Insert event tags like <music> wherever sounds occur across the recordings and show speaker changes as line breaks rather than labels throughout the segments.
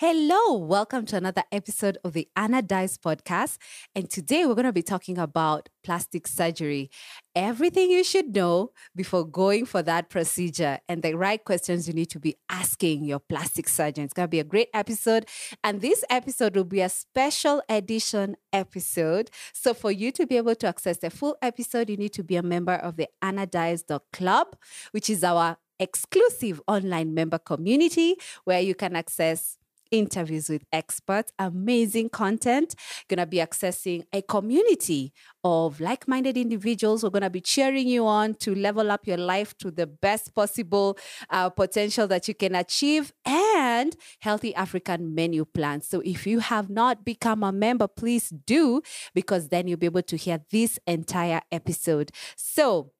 Hello, welcome to another episode of the Anna Dies podcast. And today we're going to be talking about plastic surgery. Everything you should know before going for that procedure and the right questions you need to be asking your plastic surgeon. It's going to be a great episode. And this episode will be a special edition episode. So, for you to be able to access the full episode, you need to be a member of the Anna Dies Club, which is our exclusive online member community where you can access interviews with experts, amazing content. Going to be accessing a community of like minded individuals. We're going to be cheering you on to level up your life to the best possible uh, potential that you can achieve and healthy African menu plans. So if you have not become a member, please do because then you'll be able to hear this entire episode. So,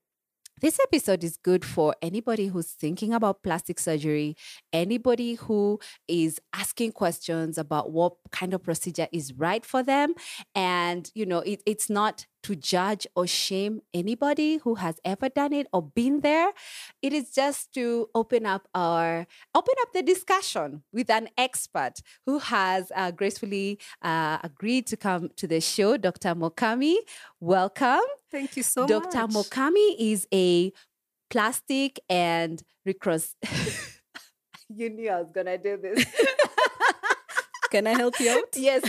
this episode is good for anybody who's thinking about plastic surgery, anybody who is asking questions about what kind of procedure is right for them. And, you know, it, it's not to judge or shame anybody who has ever done it or been there. It is just to open up our open up the discussion with an expert who has uh, gracefully uh, agreed to come to the show, Dr. Mokami. Welcome.
Thank you so
Dr.
much.
Mokami is a plastic and recross. <laughs> you knew I was gonna do this.
Can I help <laughs> you
<laughs>
out?
yes.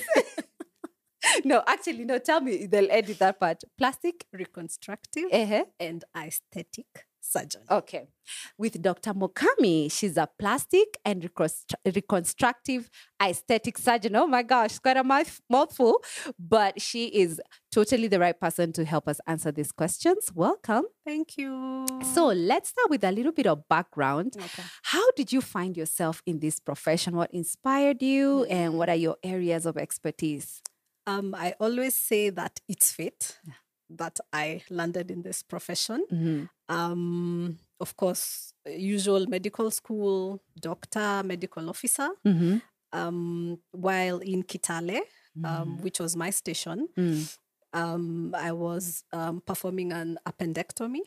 <laughs> no, actually, no. Tell me, they'll edit that part. Plastic.
Reconstructive
Uh-huh.
and aesthetic surgeon.
Okay. With Dr. Mokami, she's a plastic and reconstru- reconstructive aesthetic surgeon. Oh my gosh, quite a mouth- mouthful, but she is totally the right person to help us answer these questions. Welcome.
Thank you.
So let's start with a little bit of background.
Okay.
How did you find yourself in this profession? What inspired you, and what are your areas of expertise?
um, I always say that it's fate that I landed in this profession.
Mm-hmm.
Um, of course, usual medical school, doctor, medical officer.
Mm-hmm.
Um, while in Kitale, um, which was my station,
Mm.
um, I was um, performing an appendectomy,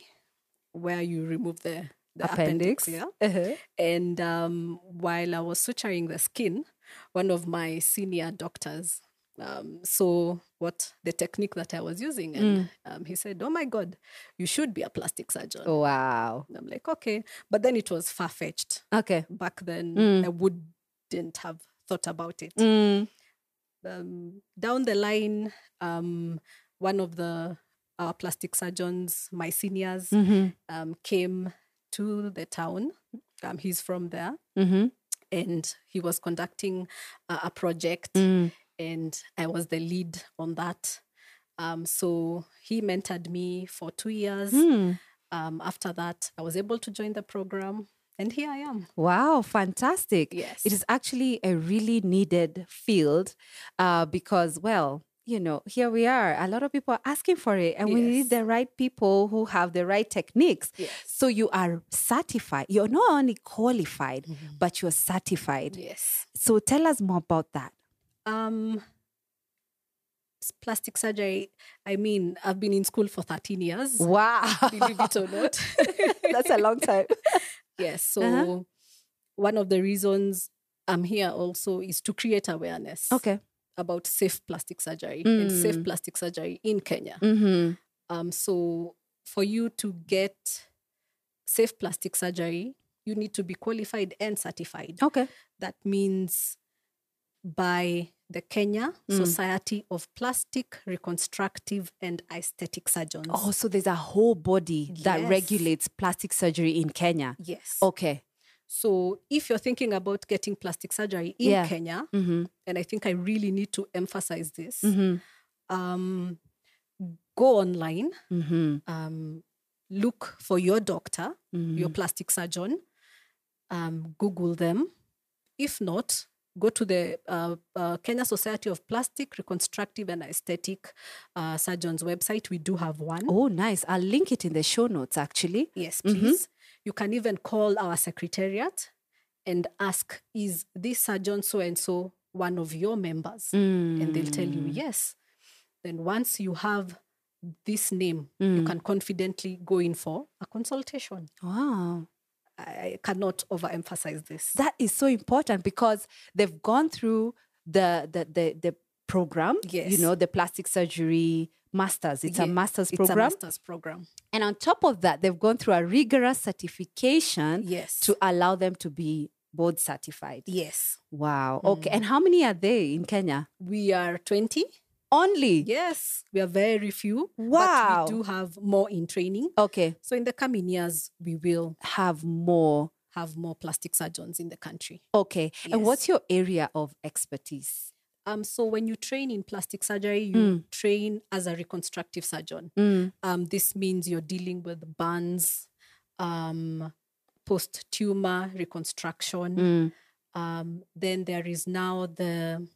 where you remove the, the appendix. Yeah.
Uh-huh.
And um, while I was suturing the skin, one of my senior doctors um, saw what the technique that I was
Mm.
using, and um, he said, "Oh my God, you should be a plastic surgeon."
Oh. Wow.
And I'm like, "Okay," but then it was far fetched.
Okay.
Back then,
Mm.
I wouldn't have thought about it.
Mm.
Um, down the line, um, one of the uh, plastic surgeons, my seniors,
Mhm.
um, came to the town. Um, he's from there
Mhm.
and he was conducting a, a project
Mm.
and i was the lead on that um, so he mentored me for two years
Mm.
um, after that i was able to join the program and here i am
Wow, fantastic.
yes
It is actually a really needed field uh, because, well, you know, here we are. A lot of people are asking for it, and we need
Yes.
the right people who have the right techniques.
yes
So you are certified. You're not only qualified, but you're certified.
yes
So tell us more about that.
um, s- plastic surgery i mean i've been in school for 13 years
Wow.
believe it or not
<laughs> That's a long <laughs> time.
<laughs> yes so
Uh-huh.
one of the reasons i'm here also is to create awareness
Okay.
about safe plastic surgery and
Mm.
safe plastic surgery in Kenya.
Mm-hmm.
Um, so, for you to get safe plastic surgery, you need to be qualified and certified.
Okay.
That means by the Kenya
Mm.
Society of Plastic Reconstructive and Aesthetic Surgeons.
Oh, so there's a whole body that
Yes.
regulates plastic surgery in Kenya.
Yes.
Okay.
So, if you're thinking about getting plastic surgery in
Yeah.
Kenya,
Mm-hmm.
and I think I really need to emphasize this,
Mm-hmm.
um, go online
Mm-hmm.
um, look for your doctor, your
Mm-hmm.
plastic surgeon, um, Google them. If not, go to the uh, uh, Kenya Society of Plastic, Reconstructive and Aesthetic uh, Surgeons website. We do have one.
Oh, nice. I'll link it in the show notes, actually.
Yes,
Mhm.
please. You can even call our secretariat and ask, is this surgeon so and so one of your members? And they'll tell you,
Mm.
yes. Then once you have this name, you
Mm.
can confidently go in for a consultation.
Wow.
I cannot overemphasize this.
That is so important because they've gone through the the the, the program. You
Yes.
know, the plastic surgery masters. It's a
Ye-
master's
It's
program.
a master's program.
And on top of that, they've gone through a rigorous certification
Yes.
to allow them to be board certified.
yes.
Wow.
mm.
Okay. And how many are they in Kenya?
We are 20.
Only.
Yes. We are very few.
Wow.
But we do have more in training.
Okay.
So in the coming years, we will
Have more.
have more plastic surgeons in the country.
Okay. And
Yes.
what's your area of expertise?
Um, so when you train in plastic surgery, you
Hmm.
train as a reconstructive surgeon.
Mm,
Um, this means you're dealing with burns, um, post tumor reconstruction.
mm.
Um, then there is now the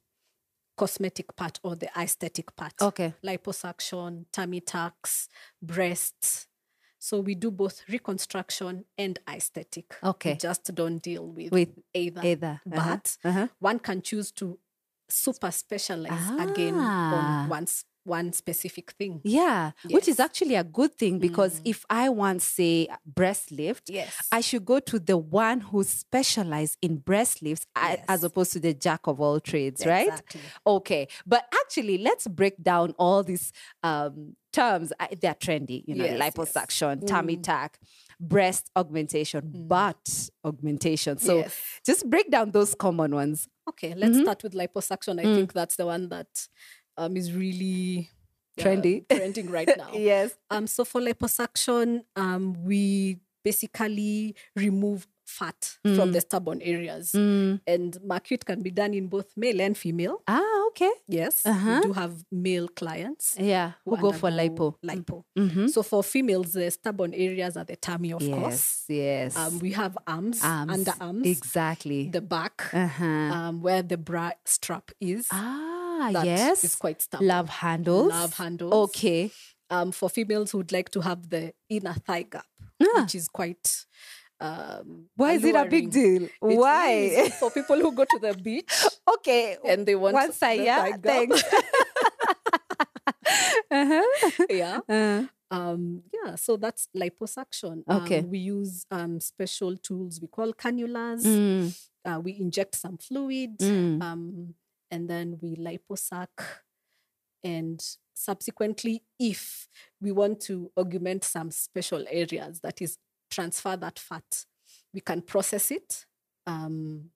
cosmetic part or the aesthetic part
Okay.
liposuction, tummy tucks, breasts. So we do both reconstruction and aesthetic.
Okay.
We just don't deal with,
With
either.
either. Uh-huh.
But
Uh-huh.
one can choose to super specialize again on
Ah.
one, s- one specific thing.
Yeah, which is
Yes. Mm.
actually a good thing because if I want, say, breast lift,
Yes.
I should go to the one who specializes in breast lifts a-
Yes.
as opposed to the jack of all trades, right?
Exactly.
Okay, but actually, let's break down all these um, terms. I, they're trendy, you know,
Yes, Mm. yes.
liposuction, tummy tuck, breast augmentation, butt augmentation. So
Mm. Yes.
just break down those common ones.
Okay, let's
Mm-hmm.
start with liposuction. I
Mm.
think that's the one that um, is really uh,
Trendy. <laughs>
trending right now.
Yes.
Um, so for liposuction, um, we basically remove fat
Mm.
from the stubborn areas. And Mercute can be done in both male and female.
Ah, okay.
Yes,
Uh-huh.
we do have male clients
Yeah,
who
who go for lipo. Mm. Mm-hmm.
undergo Lipo. So for females, the stubborn areas are the tummy, of course.
Yes, yes.
Um, we have arms, underarms,
Exactly.
the back,
uh-huh.
um, where the bra strap is.
ah,
That
yes.
is quite stubborn.
Love handles.
Love handles.
Okay.
um, for females who'd like to have the inner thigh gap, which is quite.
Ah,
Um,
Why is it a big deal?
alluring. It
Why? <laughs>
is for people who go to the beach
okay.
and they want
One side,
the
yeah.
thigh gap.
Thanks. uh-huh.
<laughs>
<laughs>
yeah.
Uh,
Um, yeah. So that's liposuction.
Okay.
Um, we use um, special tools we call cannulas.
mm,
Uh, we inject some fluid,
mm.
um, and then we liposuck, and subsequently, if we want to augment some special areas, that is, transfer that fat, we can process it, um,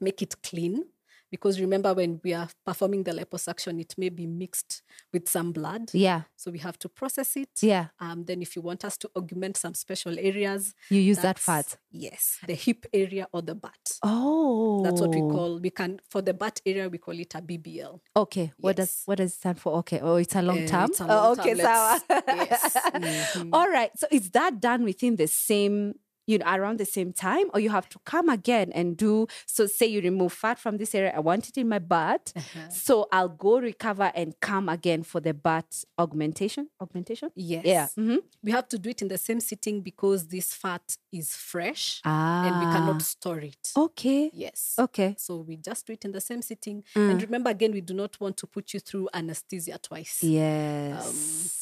make it clean. Because remember, when we are performing the liposuction, it may be mixed with some blood.
Yeah.
So we have to process it.
Yeah.
Um, then, if you want us to augment some special areas,
You use that
that's-
fat.
Yes, the hip area or the butt.
Oh.
That's what we call. We can for the butt area we call it a BBL.
Okay. What does
Yes.
what does it stand for? Okay. Oh, it's a long
Uh,
term.
it's a
Oh,
long
okay. Oh.
term.
Sawa.
Let's-
<laughs>
yes. Mhm.
All right. So is that done within the same, you know, around the same time, or you have to come again and do? So say you remove fat from this area. I want it in my butt,
Uh-huh.
so I'll go recover and come again for the butt augmentation. Augmentation.
Yes.
Yeah. Mhm.
We have to do it in the same sitting because this fat is fresh
Ah. Oh.
and we cannot store it.
Okay.
Yes.
Okay.
So we just do it in the same sitting.
Mm.
And remember again, we do not want to put you through anesthesia twice.
Yes.
Um,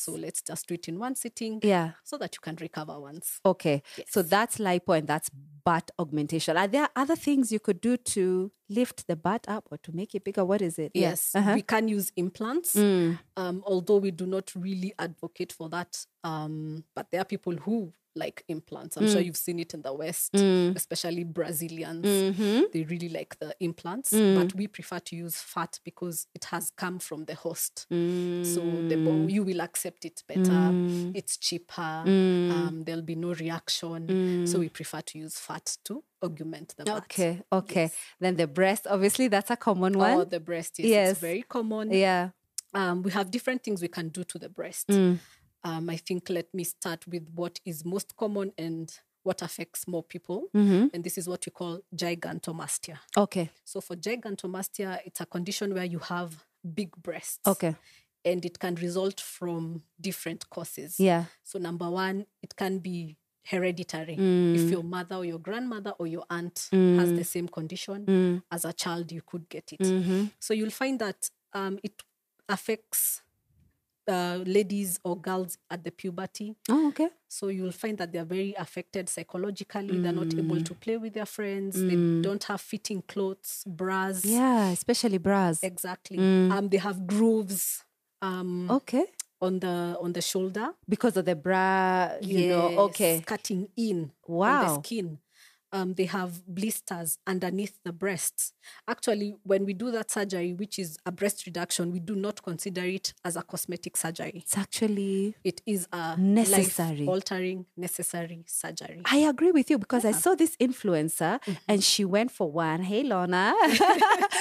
so let's just do it in one sitting
yeah.
so that you can recover once.
Okay. So
Yes.
that's lipo and that's butt augmentation. Are there other things you could do to lift the butt up or to make it bigger? What is it? Yeah.
Yes,
Uh-huh. Mm.
we can use implants, um, although we do not really advocate for that. Um, but there are people who like implants.
Mm.
I'm sure you've seen it in the West, especially Brazilians.
Mm.
They really like the implants, but we prefer to use fat because it has come from the host.
Mm-hmm. Mm.
So the bo- you will accept it better. It's cheaper.
Mm.
Um, there'll be no reaction. So we prefer to use fat to augment the butt.
Okay. Okay. Then the breast, obviously, that's a common one.
Or the breast is
Yes.
it's very common.
yeah.
um, we have different things we can do to the breast.
Mm.
Um, I think let me start with what is most common and what affects more people. And this is what we call gigantomastia.
Mm-hmm. Okay.
So, for gigantomastia, it's a condition where you have big breasts.
Okay.
And it can result from different causes.
Yeah.
So, number one, it can be hereditary.
Mm.
If your mother or your grandmother or your aunt has the same
Mm.
condition,
Mm-hmm.
as a child, you could get it. So you'll find that um, it affects uh, ladies or girls at the puberty.
Oh, okay.
So you'll find that they're very affected psychologically. They're not able to play with their friends. They don't have fitting clothes, bras.
Yeah, especially bras.
Exactly. Um, they have grooves. Um,
Okay.
on the on the shoulder.
Because of the bra, you
Yes,
know. Okay.
cutting in on
Wow.
the skin. Um, they have blisters underneath the breasts. Actually, when we do that surgery, which is a breast reduction, we do not consider it as a cosmetic surgery.
It's actually
It is a
Necessary. Ah,
altering necessary surgery.
I agree with you because I saw this influencer and she went for one. Hey, <laughs> Lorna.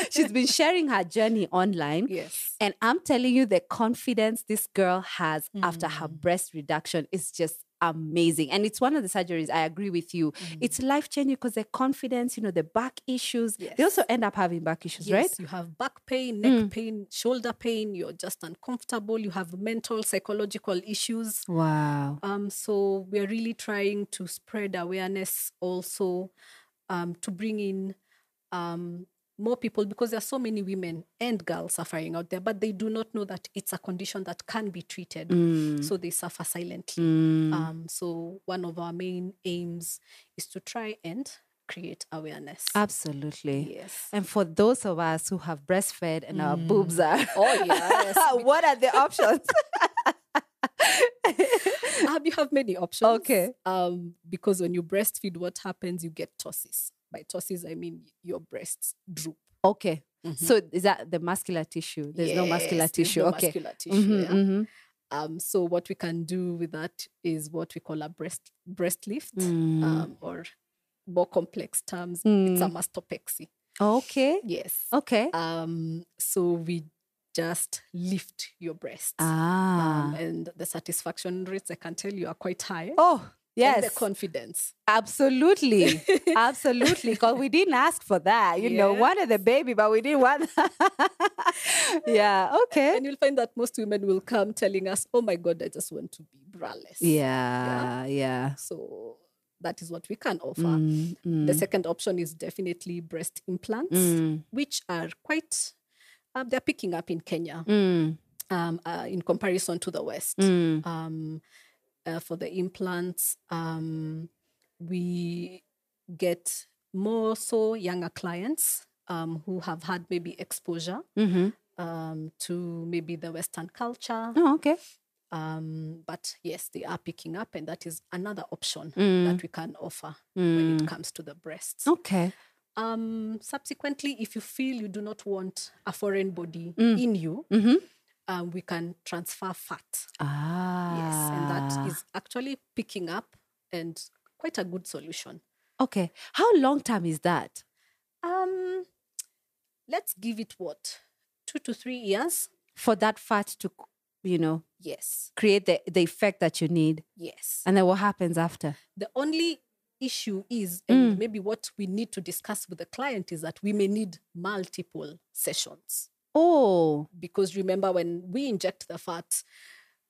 She's been sharing her journey online.
Yes.
And I'm telling you, the confidence this girl has after her breast reduction is just amazing. And it's one of the surgeries, I agree with you. It's life changing because the confidence, you know, the back issues, they also end up having back issues,
Yes,
right?
you have back pain,
Hmm.
neck pain, shoulder pain. You're just uncomfortable. You have mental, psychological issues.
Wow.
Um, so we are really trying to spread awareness also um, to bring in um, more people because there are so many women and girls suffering out there, but they do not know that it's a condition that can be treated.
Mm,
So they suffer silently. Um, so one of our main aims is to try and create awareness.
Absolutely.
Yes.
<laughs> And for those of us who have breastfed and our boobs <laughs> are,
Oh yes.
what are the options?
Um, you have many options.
Okay.
Um, because when you breastfeed, what happens? You get tosses. By tosses, I mean your breasts droop.
<laughs> okay. So is that the muscular tissue? Mm-hmm. There's no muscular
Mm-hmm. Yes, there's
tissue.
no
okay.
muscular tissue,
Mhm,
yeah.
mhm.
Um, so what we can do with that is what we call a breast breast lift,
Mm. Mm-hmm.
um, or more complex terms, it's a mastopexy.
Okay.
Yes.
Okay.
Um, so we just lift your breasts.
ah.
Um, and the satisfaction rates I can tell you are quite high.
oh,
And the
yes.
confidence.
<laughs> Absolutely. Absolutely. Because we didn't ask for that. You know, wanted the baby, but we didn't want <laughs> that. yeah. Okay.
And you'll find that most women will come telling us, "Oh my God, I just want to be braless."
Yeah. Yeah.
So that is what we can offer.
Mm, mm.
The second option is definitely breast implants,
Mm.
which are quite, um, they're picking up in Kenya
Mm,
um, uh, in comparison to the West.
mm.
Um, uh, for the implants, um, we get more so younger clients um, who have had maybe exposure
Mhm.
um, to maybe the Western culture.
Oh, okay.
Um, but yes, they are picking up, and that is another option
Mm,
that we can offer when it comes to the breasts.
Okay.
Um, subsequently, if you feel you do not want a foreign body
Mm.
in you,
Mm-hmm.
um, we can transfer fat. Yes, and
Ah.
that is actually picking up and quite a good solution.
Okay. How long term is that?
Um, let's give it what two to three years.
For that fat to, you know,
Yes,
create the, the effect that you need.
yes.
And then what happens after?
The only issue is,
Mm.
and maybe what we need to discuss with the client is that we may need multiple sessions.
Oh,
because remember when we inject the fat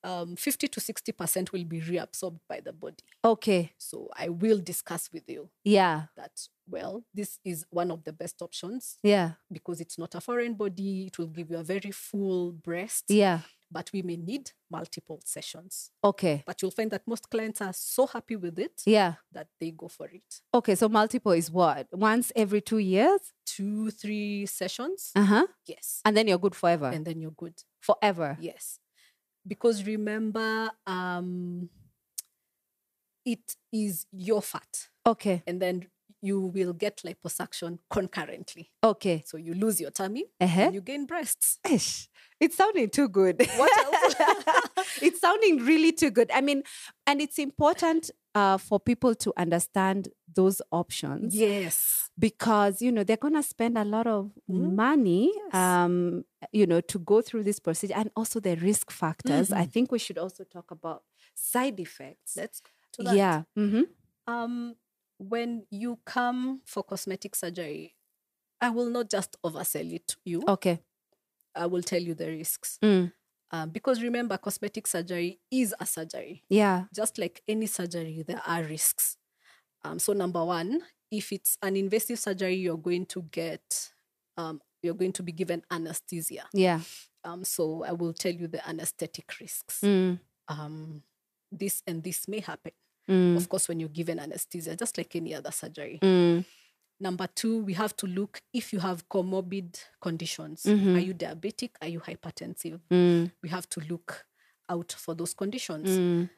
um, 50 to 60% will be reabsorbed by the body
okay.
so i will discuss with you
Yeah.
that well this is one of the best options
Yeah.
because it's not a foreign body it will give you a very full breast
Yeah.
but we may need multiple sessions
Okay.
but you'll find that most clients are so happy with it
Yeah.
that they go for it
Okay. So multiple is what? Once every two years?
two three sessions
Uh huh.
yes
And then you're good forever.
Uh-huh. and then you're good
forever.
Yes. Because remember, um, it is your fat.
Okay.
And then you will get liposuction concurrently.
Okay.
So you lose your tummy
Uh-huh.
and you gain breasts.
Ish. It's sounding too good. <laughs>
What else?
it's sounding really too good. I mean, and it's important uh, for people to understand those options
yes.
because you know they're going to spend a lot of
Mm-hmm.
money um you know to go through this procedure and also the risk factors i think we should also talk about side effects
Mm-hmm. Let's go to that.
yeah hmm
Um, when you come for cosmetic surgery, I will not just oversell it to you.
okay
I will tell you the risks.
Mm.
Um, because remember, cosmetic surgery is a surgery.
yeah
just like any surgery, there are risks. Um, so number one, if it's an invasive surgery, you're going to get, um, you're going to be given anesthesia.
yeah
Um, so I will tell you the anesthetic risks.
Mm,
Um, this and this may happen.
mm,
Of course, when you're given anesthesia, just like any other surgery.
mm,
Number two, we have to look if you have comorbid conditions.
Mhm.
Are you diabetic? Are you hypertensive?
mm,
We have to look out for those conditions.
mm,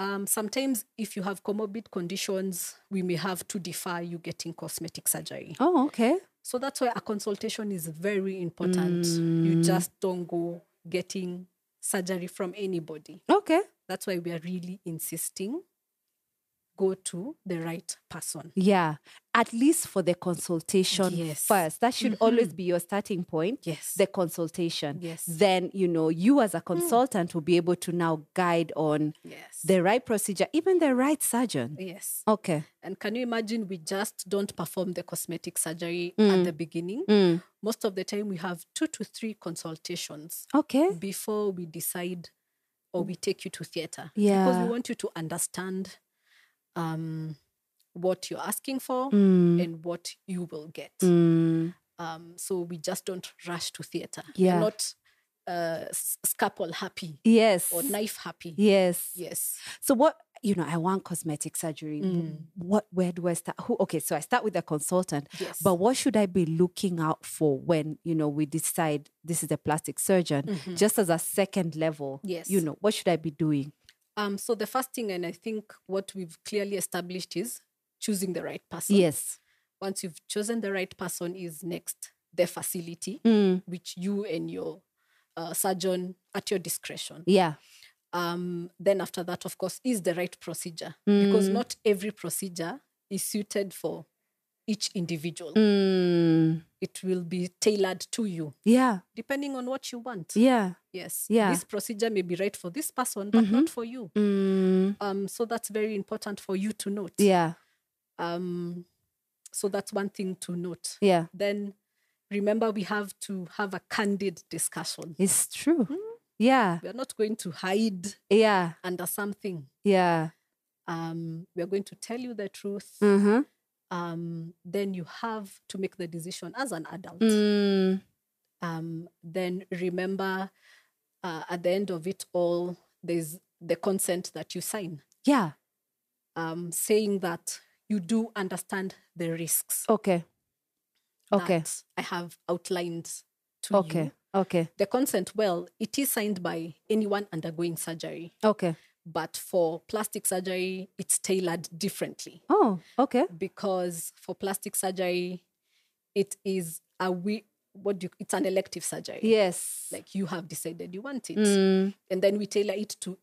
Um, sometimes, if you have comorbid conditions, we may have to defer you getting cosmetic surgery.
Oh, okay.
So that's why a consultation is very important. You just don't go getting surgery from anybody.
Okay.
That's why we are really insisting go to the right person.
Yeah. At least for the consultation
Yes. Mm-hmm.
first. That should always be your starting point.
Yes.
The consultation.
Yes.
Then, you know, you
Hmm.
as a consultant will be able to now guide on
yes.
the right procedure, even the right surgeon.
yes.
Okay.
And can you imagine we just don't perform the cosmetic surgery at the beginning?
Mm.
Most of the time, we have two to three consultations
Okay.
before we decide or we take you to theater. Because
Yeah.
we want you to understand um, what you're asking for
Mm.
and what you will get.
Mm.
Um, so we just don't rush to theater.
Yeah.
We're not uh, s- scalpel happy
Yes.
or knife happy.
Yes.
Yes.
So what you know, I want cosmetic surgery.
Mm.
What where do I start? Who okay, so I start with a consultant.
Yes.
But what should I be looking out for when, you know, we decide this is a plastic surgeon?
Mhm.
Just as a second level.
Yes.
You know, what should I be doing?
Um, so the first thing, and I think what we've clearly established is choosing the right person.
yes.
Once you've chosen the right person, is next the facility,
Mm,
which you and your uh, surgeon at your discretion.
Yeah.
Um, then after that, of course, is the right procedure because
Mm.
not every procedure is suited for each individual.
Mm,
It will be tailored to you
Yeah.
depending on what you want.
Yeah.
Yes.
Yeah. Mm-hmm.
This procedure may be right for this person, but not for you.
Mm,
Um, so that's very important for you to note.
Yeah.
Um, so that's one thing to note.
Yeah.
Then remember, we have to have a candid discussion.
It's true. Yeah.
We are not going to hide
Yeah.
under something.
Yeah.
Um, we are going to tell you the truth.
Mm-hmm.
Um, then you have to make the decision as an adult.
Mm.
Um, then remember, uh, at the end of it all, there's the consent that you sign,
Yeah.
um, saying that you do understand the risks.
Okay. Oh, Okay.
that I have outlined to you.
Okay. Okay.
The consent, well, it is signed by anyone undergoing surgery,
Okay.
but for plastic surgery, it's tailored differently
Oh, okay.
because for plastic surgery, it is a we what do you, it's an elective surgery.
Yes.
Like you have decided you want it,
Mm,
and then we tailor it to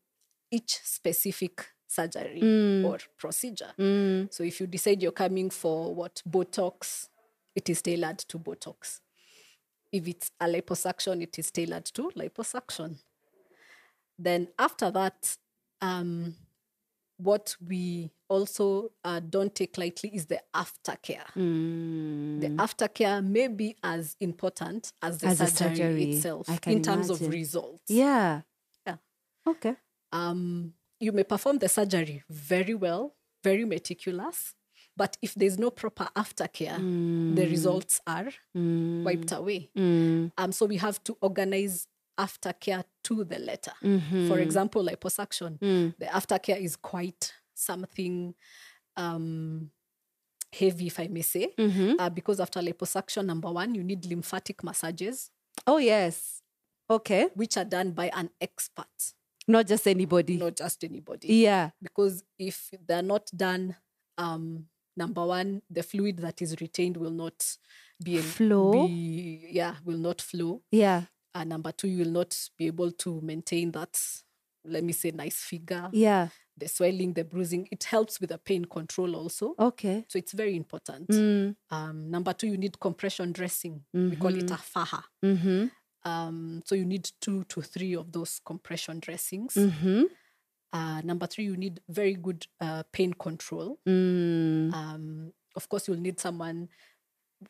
each specific surgery
Mm.
or procedure.
mm,
So if you decide you're coming for what Botox, it is tailored to Botox. If it's a liposuction, it is tailored to liposuction. Then after that, um, what we also uh, don't take lightly is the aftercare.
mm.
The aftercare may be as important as the
As the
surgery,
surgery,
itself
I can
in terms of
imagine.
results.
Yeah.
Yeah.
Okay.
um, you may perform the surgery very well, very meticulous, but if there's no proper aftercare, the results are
Mm,
wiped away.
mm,
Um, so we have to organize aftercare to the letter.
mhm,
For example, liposuction,
mm,
the aftercare is quite something um, heavy, if I may say,
mhm.
uh, because after liposuction, number one, you need lymphatic massages,
Oh, yes. Okay.
which are done by an expert,
Not just anybody.
not just anybody.
Yeah.
because if they're not done, um, number one, the fluid that is retained will not be ab-
Flow.
be- yeah, will not flow.
Yeah.
And Uh, number two, you will not be able to maintain that. Let me say, nice figure.
Yeah.
The swelling, the bruising, it helps with the pain control also.
Okay.
So it's very important.
Mm,
Um, number two, you need compression dressing.
Mm-hmm.
We call it a faha.
mhm,
Um, so you need two to three of those compression dressings.
mhm,
Uh, number three, you need very good uh, pain control.
mm.
um, of course you'll need someone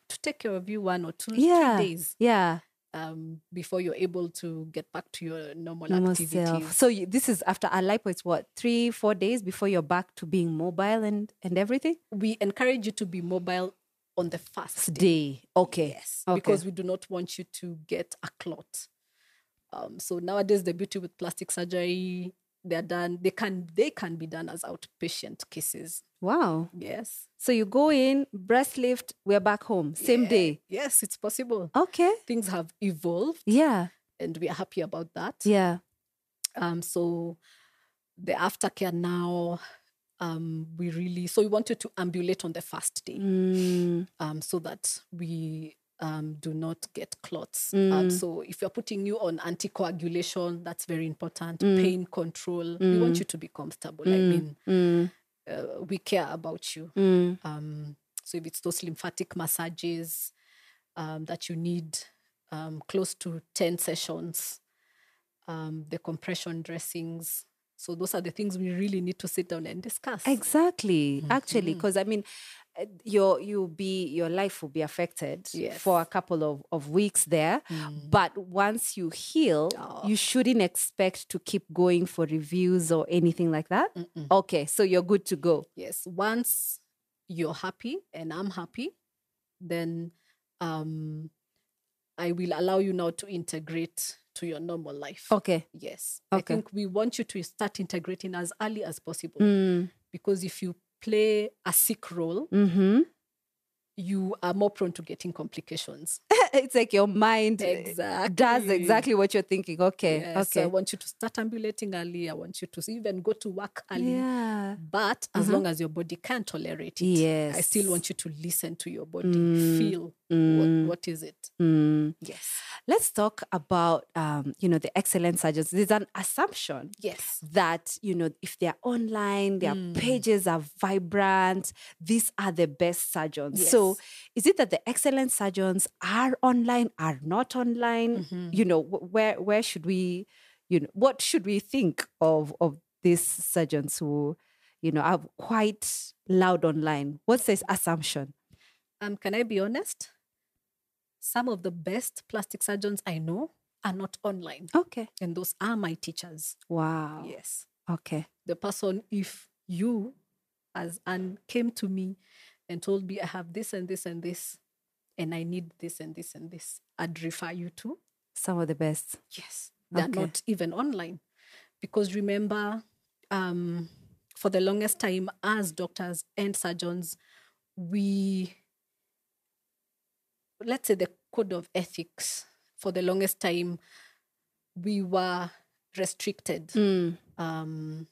to take care of you one or two
Yeah.
three days
Yeah.
um, before you're able to get back to your normal
Normal self.
activities
So you, this is after a lipo. It's what three, four days before you're back to being mobile and and everything.
we encourage you to be mobile on the first day
Day. Okay.
yes
Okay.
because we do not want you to get a clot Um, so nowadays, the beauty with plastic surgery, they're done. They can they can be done as outpatient cases.
Wow.
Yes.
So you go in, breast lift, we're back home, same
Yeah.
day.
Yes, it's possible.
Okay.
Things have evolved,
Yeah.
and we are happy about that.
Yeah.
Um, so the aftercare now, um, we really so we wanted to ambulate on the first day,
Mm,
um, so that we um, do not get clots. Um,
Mm.
so if you're putting you on anticoagulation, that's very important.
Mm.
Pain control. We want
Mm.
you to be comfortable. I
Mm.
mean,
mm,
uh, we care about you.
mm.
Um, so if it's those lymphatic massages um, that you need, um, close to 10 sessions, um, the compression dressings. So those are the things we really need to sit down and discuss.
Exactly. Actually,
Mhm.
because I mean, uh, your you'll be your life will be affected
Yes.
for a couple of, of weeks there.
Mm.
But once you heal,
Oh.
you shouldn't expect to keep going for reviews or anything like that.
Mm-mm.
Okay, so you're good to go.
Yes, once you're happy and I'm happy, then um, I will allow you now to integrate to your normal life.
Okay.
Yes. I
Okay.
think we want you to start integrating as early as possible
Mm,
because if you play a sick role,
hmm
you are more prone to getting complications.
<laughs> it's like your mind uh,
Exactly.
does exactly what you're thinking. Okay.
Yes, I
okay.
want you to start ambulating early. I want you to even go to work early.
Yeah.
But as
Mhm.
long as your body can tolerate it, I still
Yes.
want you to listen to your body,
Mm,
feel
Mm,
what, what is it.
mm.
Yes.
Let's talk about um, you know, the excellent surgeons. There's an assumption
Yes.
that you know if they're online their
Mm.
pages are vibrant these are the best surgeons so is it that the excellent surgeons are online are not online
Mhm.
you know wh- where where should we you know what should we think of of these surgeons who you know are quite loud online what's this assumption
Um, can I be honest? Some of the best plastic surgeons I know are not online,
okay
and those are my teachers.
wow
Yes.
okay
The person, if you as an came to me and told me I have this and this and this, and I need this and this and this, I'd refer you to
some of the best
Yes, they're
Okay.
not even online. Because remember, um, for the longest time, as doctors and surgeons, we, let's say, the code of ethics, for the longest time, we were restricted
mm,
um,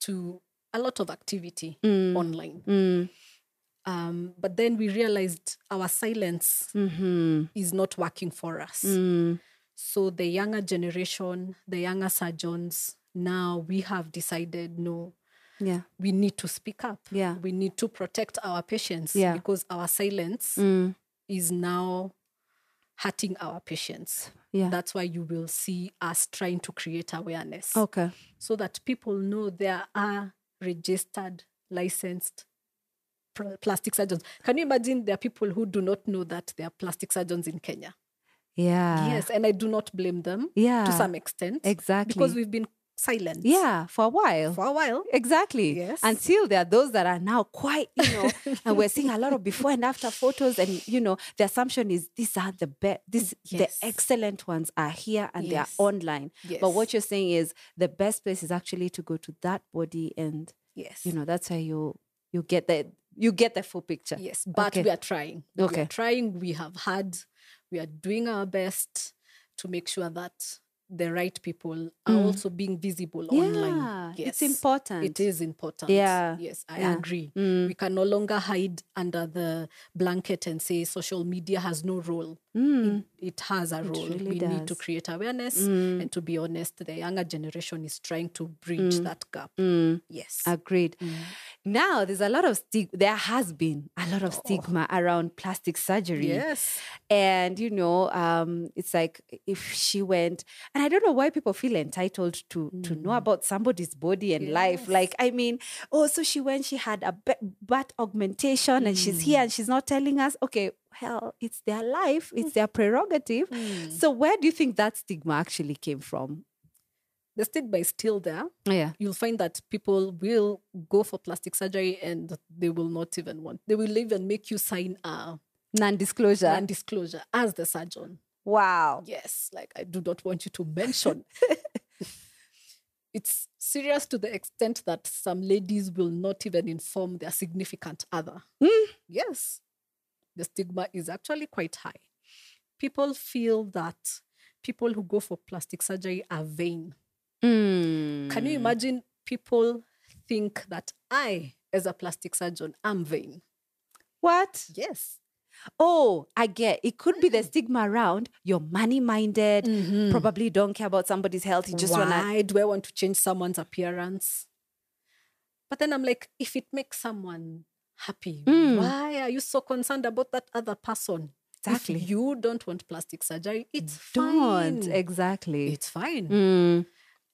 to a lot of activity
mm,
online.
mm,
Um, but then we realized our silence
mhm,
is not working for us.
mm,
So the younger generation, the younger surgeons, now we have decided no,
yeah
we need to speak up.
yeah
We need to protect our patients
Yeah.
because our silence
mm,
is now hurting our patients.
yeah
That's why you will see us trying to create awareness
okay
so that people know there are registered, licensed pl- plastic surgeons. Can you imagine there are people who do not know that there are plastic surgeons in Kenya?
Yeah.
yes, and I do not blame them
Yeah.
to some extent.
exactly.
because we've been silent
Mm. yeah, for a while.
for a while
exactly.
Yes.
Until there are those that are now quite, you know, and we're seeing a lot of before and after photos, and you know, the assumption is these are the best, these
Yes.
the excellent ones are here and
Yes.
they are online.
yes
But what you're saying is the best place is actually to go to that body, and
yes
you know, that's where you you get the you get the full picture.
yes but
Okay.
we are trying we
Okay.
are trying we have had we are doing our best to make sure that the right people are
Mm.
also being visible
Yeah,
online
it's important.
it is important
Yeah.
yes i
Yeah.
agree
Mm,
we can no longer hide under the blanket and say social media has no role
mm,
it has a role
really
we need to
does.
create awareness
mm,
and to be honest the younger generation is trying to bridge
Mm.
that gap
mm.
yes
Agreed.
Mm.
Now there's a lot of stig- there has been a lot of
Oh.
stigma around plastic surgery.
Yes.
And you know, um, it's like if she went and I don't know why people feel entitled to to know about somebody's body and life.
Mm. Yes.
Like, I mean, oh, so she went, she had a ba- butt augmentation and she's
Mm.
here and she's not telling us, okay, hell, it's their life, it's their
Mm-hmm.
prerogative.
Mm.
So where do you think that stigma actually came from?
The stigma is still there.
Yeah.
You'll find that people will go for plastic surgery and they will not even want. They will even make you sign a
Non-disclosure.
non disclosure as the surgeon.
Wow.
Yes, like I do not want you to mention. it's serious to the extent that some ladies will not even inform their significant other.
Mm.
Yes, the stigma is actually quite high. People feel that people who go for plastic surgery are vain.
Hmm.
Can you imagine people think that I, as a plastic surgeon, am vain?
What?
Mm. Yes.
Oh, I get. It could be the stigma around you're money minded,
Mm.
probably don't care about somebody's health. You just
Why
wanna
do Mm-hmm. I want to change someone's appearance? But then I'm like, if it makes someone happy,
Mm.
why are you so concerned about that other person? If
exactly.
you don't want plastic surgery, it's
don't
fine.
exactly.
It's fine.
Mm.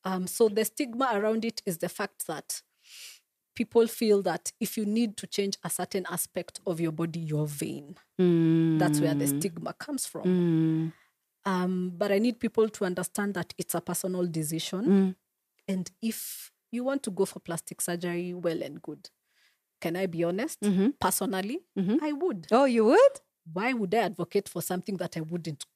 Um, so the stigma around it is the fact that people feel that if you need to change a certain aspect of your body, you're vain. That's where the
Mm.
stigma comes from.
Mm.
Um, but I need people to understand that it's a personal decision.
Mm.
And if you want to go for plastic surgery, well and good. Can I be honest?
Mhm.
Personally,
Mhm.
I would.
Oh, you would?
Why would I advocate for something that I wouldn't?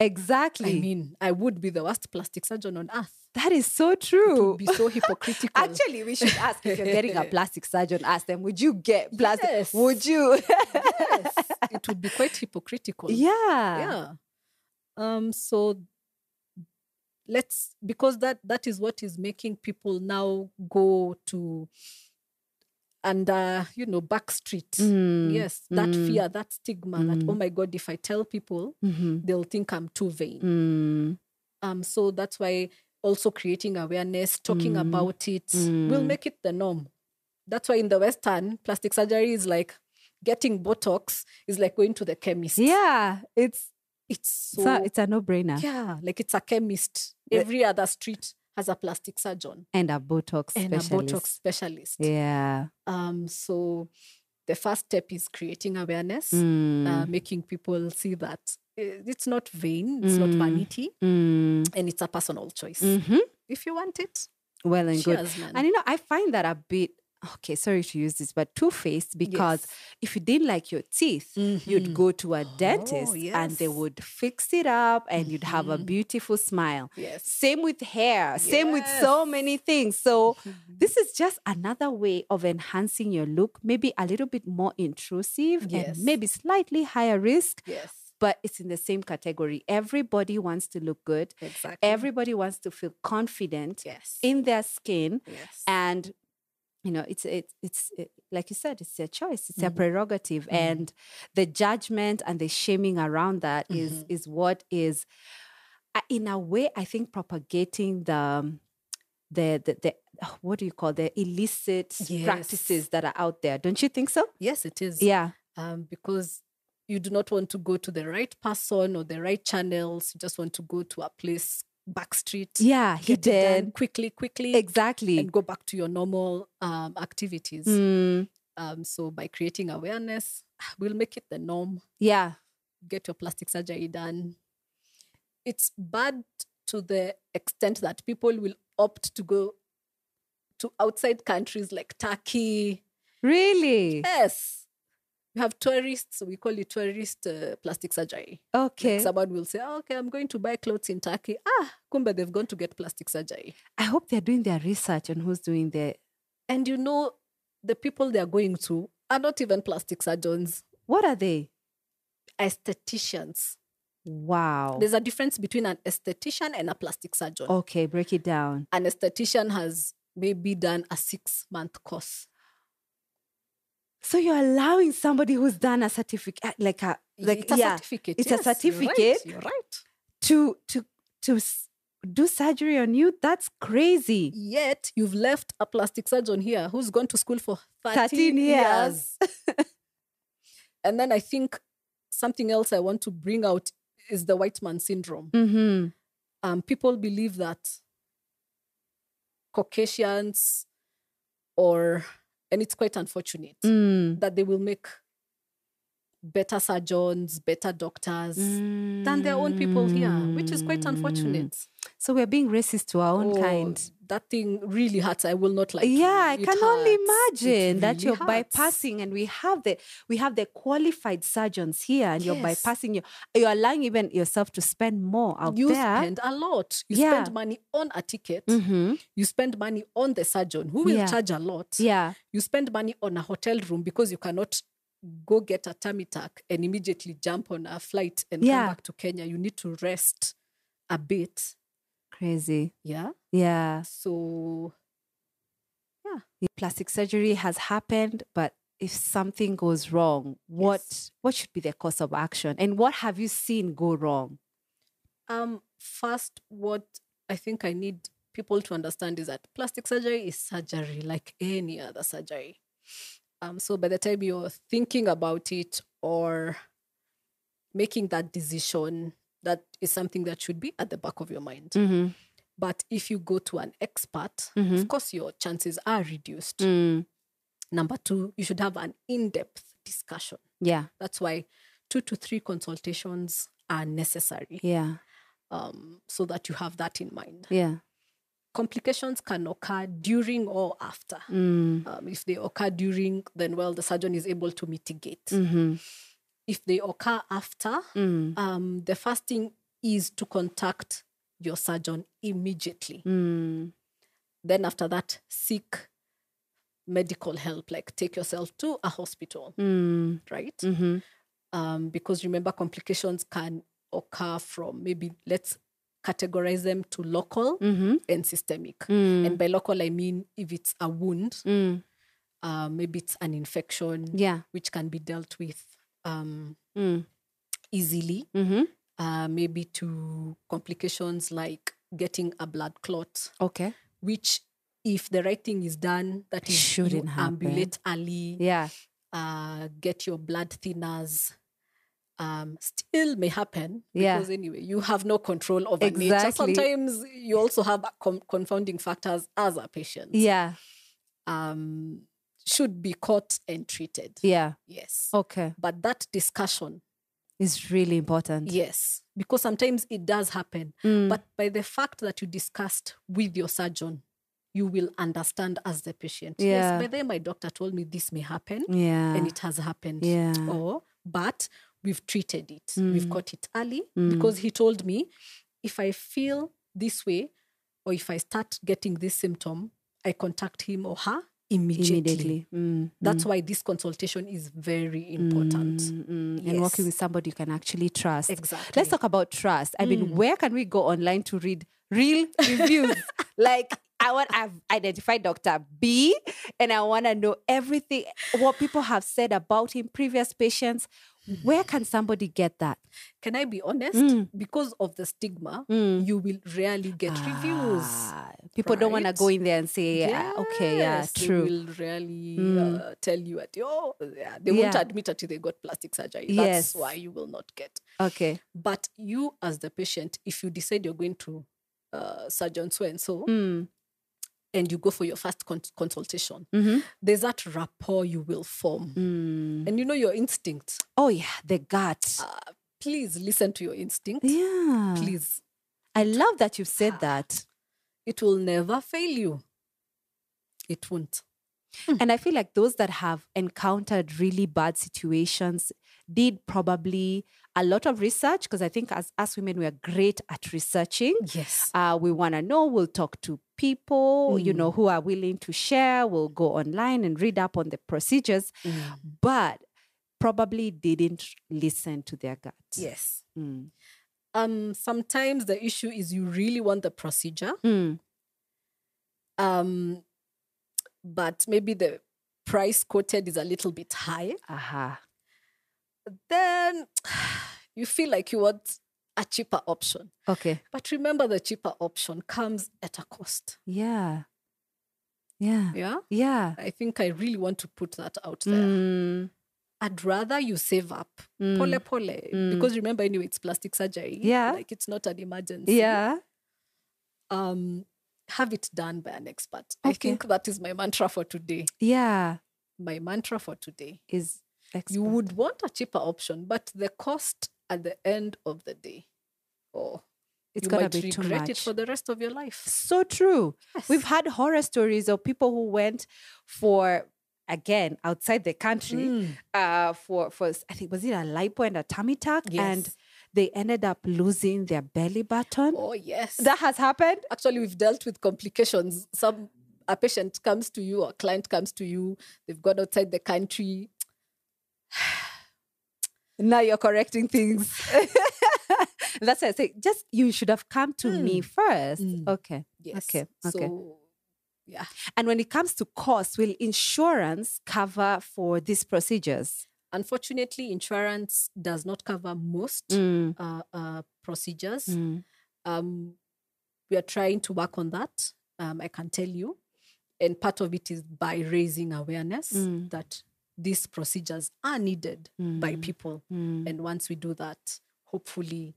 Exactly.
I mean, I would be the worst plastic surgeon on earth.
that is so
It
true.
would be so hypocritical.
<laughs> Actually, we should ask if you're
<laughs>
getting a plastic surgeon, ask them, would you get plastic?
Yes.
Would you?
yes, it would be quite hypocritical.
yeah.
yeah um so let's because that that is what is making people now go to and uh you know backstreet
Mm.
yes that
mm.
fear that stigma that oh my god if i tell people
Mhm.
they'll think i'm too vain
Mm.
um so that's why also creating awareness talking
Mm.
about it will
Mm.
make it the norm that's why in the western plastic surgery is like getting botox is like going to the chemist
Yeah. It's
it's so
it's a, it's a no-brainer.
yeah, like it's a chemist.
The-
Every other street has a plastic surgeon
And a Botox
and a
specialist.
Botox specialist.
Yeah.
Um, so the first step is creating awareness,
Mm.
uh, making people see that i- it's not vain, it's not
Mm.
vanity,
Mm.
and it's a personal choice.
Mhm.
If you want it,
Well and good.
cheers, man.
And you know, I find that a bit okay, sorry to use this, but two-faced because if you didn't like your teeth, you'd go to a dentist and they
Mm-hmm. Oh, yes.
would fix it up and you'd have a
Mhm.
beautiful smile.
yes,
Same with hair, same with so
Yes. Mm-hmm.
many things. So,
yes.
this is just another way of enhancing your look, maybe a little bit more intrusive
Yes.
and maybe slightly higher risk,
yes,
but it's in the same category. Everybody wants to look good,
exactly.
everybody wants to feel confident
yes,
in their skin
yes,
and you know it's it, it's it, like you said it's their choice it's their
Mhm.
prerogative
Mhm.
and the judgment and the shaming around that is
Mhm.
is what is uh, in a way i think propagating the um, the the, the uh, what do you call the illicit practices
Yes.
that are out there don't you think so
yes, it is.
yeah
um, because you do not want to go to the right person or the right channels. You just want to go to a place back street,
yeah
get it done
hidden
quickly, quickly,
exactly
and go back to your normal um, activities.
Mm,
Um, so by creating awareness, <sighs> we'll make it the norm.
yeah
Get your plastic surgery done. It's bad to the extent that people will opt to go to outside countries like Turkey,
really
Yes. We have tourists, we call it tourist uh, plastic surgery. Like
okay
someone will say, "Oh, okay, I'm going to buy clothes in Turkey. Ah, kumbe, they've gone to get plastic surgery.
i hope they're doing their research on who's doing the
And you know, the people they're going to are not even plastic surgeons,
what are they
aestheticians.
wow
There's a difference between an esthetician and a plastic surgeon.
okay break it down
An esthetician has maybe done a six month course.
So you're allowing somebody who's done a certificate, like a like
it's a
yeah,
certificate.
it's a
yes, you're right,
certificate.
You're right.
to to to s- do surgery on you. That's crazy.
yet you've left a plastic surgeon here who's gone to school for
13 years.
13, years. <laughs> and then I think something else I want to bring out is the white man syndrome.
Mm-hmm.
Um, people believe that Caucasians or, and it's quite unfortunate,
Mm.
that they will make better surgeons, better doctors than their own people here, which is quite
Mm.
unfortunate.
So we're being racist to our own
Oh,
kind.
that thing really hurts. I will not like. you.
yeah, I
It
can only
hurts. It
imagine that
really
you're
hurts.
bypassing, and we have the we have the qualified surgeons here, and you're
Yes.
bypassing you. You're allowing even yourself to spend more out
You
there.
spend a lot. You
Yeah.
spend money on a ticket.
hmm
You spend money on the surgeon who will
Yeah.
charge a lot.
Yeah,
You spend money on a hotel room because you cannot go get a tummy tuck and immediately jump on a flight and
Yeah.
come back to Kenya. You need to rest a bit.
crazy.
Yeah.
Yeah,
So
plastic surgery has happened, but if something goes wrong, what
Yes.
what should be the course of action, and what have you seen go wrong?
um first what I think I need people to understand is that plastic surgery is surgery like any other surgery. Um so by the time you're thinking about it or making that decision, that is something that should be at the back of your mind.
Mm-hmm.
But if you go to an expert,
Mhm.
of course your chances are reduced.
Mm.
Number two, you should have an in-depth discussion.
Yeah,
That's why two to three consultations are necessary
yeah,
um, so that you have that in mind.
yeah.
Complications can occur during or after.
Mm.
Um, if they occur during, then well, the surgeon is able to mitigate.
Mm-hmm.
If they occur after,
Mm.
um, the first thing is to contact your surgeon immediately.
Mm.
Then, after that, seek medical help, like take yourself to a hospital,
Mm.
right?
Mm-hmm.
um, because remember complications can occur from maybe let's categorize them to local
Mm-hmm.
and systemic
Mm.
and by local i mean if it's a wound
Mm.
uh, maybe it's an infection
Yeah.
which can be dealt with um,
Mm.
easily
Mm-hmm.
uh, maybe to complications like getting a blood clot
Okay.
which if the right thing is done that is you
Shouldn't happen.
ambulate early
Yeah.
uh, get your blood thinners um, still may happen
Yeah.
because anyway you have no control over nature.
Exactly.
Sometimes you also have com- confounding factors as a patient.
Yeah.
Um, should be caught and treated.
Yeah.
Yes,
Okay.
but that discussion,
It's really important.
yes, because sometimes it does happen.
Mm.
But by the fact that you discussed with your surgeon, you will understand as the patient.
Yeah.
Yes, by then my doctor told me this may happen,
yeah.
and it has happened
yeah.
or but we've treated it we've
Mm.
caught it early
Mm.
because he told me if i feel this way or if i start getting this symptom i contact him or her immediately,
Immediately. Mm.
that's
mm,
why this consultation is very important
mm, mm. And working
Yes.
with somebody you can actually trust.
exactly
Let's talk about trust. I mean,
Mm.
where can we go online to read real
<laughs>
reviews? like, I want I've identified Dr. B and I want to know everything what people have said about him, previous patients. Where can somebody get that?
can i be honest
Mm.
because of the stigma
Mm.
you will rarely get reviews
Ah, People don't want to
right?
go in there and say, yeah, okay, yeah,
Yes,
true.
They will really
Mm.
uh, tell you at your, yeah, they won't
Yeah.
admit until they got plastic surgery. That's
Yes.
why you will not get.
Okay.
But you, as the patient, if you decide you're going to uh, surgeon so and so,
Mm.
and you go for your first con- consultation,
hmm
there's that rapport you will form,
Mm.
and you know your instinct.
Oh, yeah, the gut.
Uh, please listen to your instinct.
yeah.
Please,
I love that you've said
Ah.
that.
it will never fail you. It won't.
And I feel like those that have encountered really bad situations did probably a lot of research because I think as, as women, we are great at researching.
Yes.
Uh, we want to know, we'll talk to people, you know, who are willing to share. We'll go online and read up on the procedures, but probably didn't listen to their gut.
Yes.
Mm.
Um, sometimes the issue is you really want the procedure.
Mm.
um but maybe the price quoted is a little bit high
Aha.
then <sighs> you feel like you want a cheaper option
Okay.
but remember the cheaper option comes at a cost
Yeah. Yeah.
yeah
Yeah.
i think i really want to put that out there
Mm.
i'd rather you save up
Mm.
pole pole
Mm.
because remember anyway it's plastic surgery
Yeah.
like it's not an emergency
Yeah.
um have it done by an expert i
Okay.
think that is my mantra for today
Yeah.
my mantra for today
Is
you
expert.
would want a cheaper option, but the cost at the end of the day, oh,
It's
you
gonna
might
be too
regret
much.
it for the rest of your life.
so true.
Yes.
We've had horror stories of people who went for again outside the country
Mm.
uh, for for I think was it a lipo and a tummy tuck, and
Yes.
they ended up losing their belly button.
Oh yes.
That has happened.
actually we've dealt with complications some a patient comes to you or a client comes to you they've gone outside the country
Now you're correcting
<laughs>
things. That's why I say just you should have come to me first.
Mm.
Okay.
yes
Okay, okay.
so
And when it comes to cost, will insurance cover for these procedures?
unfortunately insurance does not cover most
Mm,
uh, uh, procedures
mm,
um, we are trying to work on that um, i can tell you and part of it is by raising awareness
Mm.
that these procedures are needed by
mm,
people
mm.
and once we do that hopefully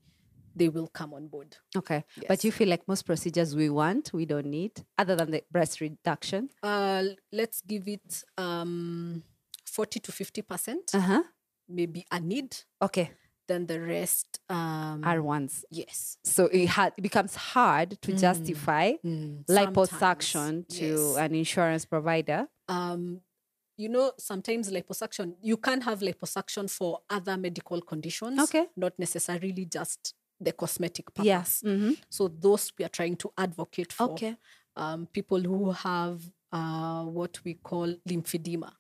they will come on board
Okay. But you
Yes.
feel like most procedures we want, we don't need, other than the breast reduction.
uh, let's give it um, 40 to 50 percent
Uh-huh.
maybe a need
Okay.
then the rest um,
Are ones.
yes
So it, ha- it becomes hard to
Mm.
justify
Sometimes,
Hmm. liposuction to uh,
yes.
an insurance provider.
um, you know sometimes liposuction you can have liposuction for other medical conditions
Okay.
not necessarily just the cosmetic purpose
Yes. Mhm.
so those we are trying to advocate for
Okay.
um, people who have uh, what we call lymphedema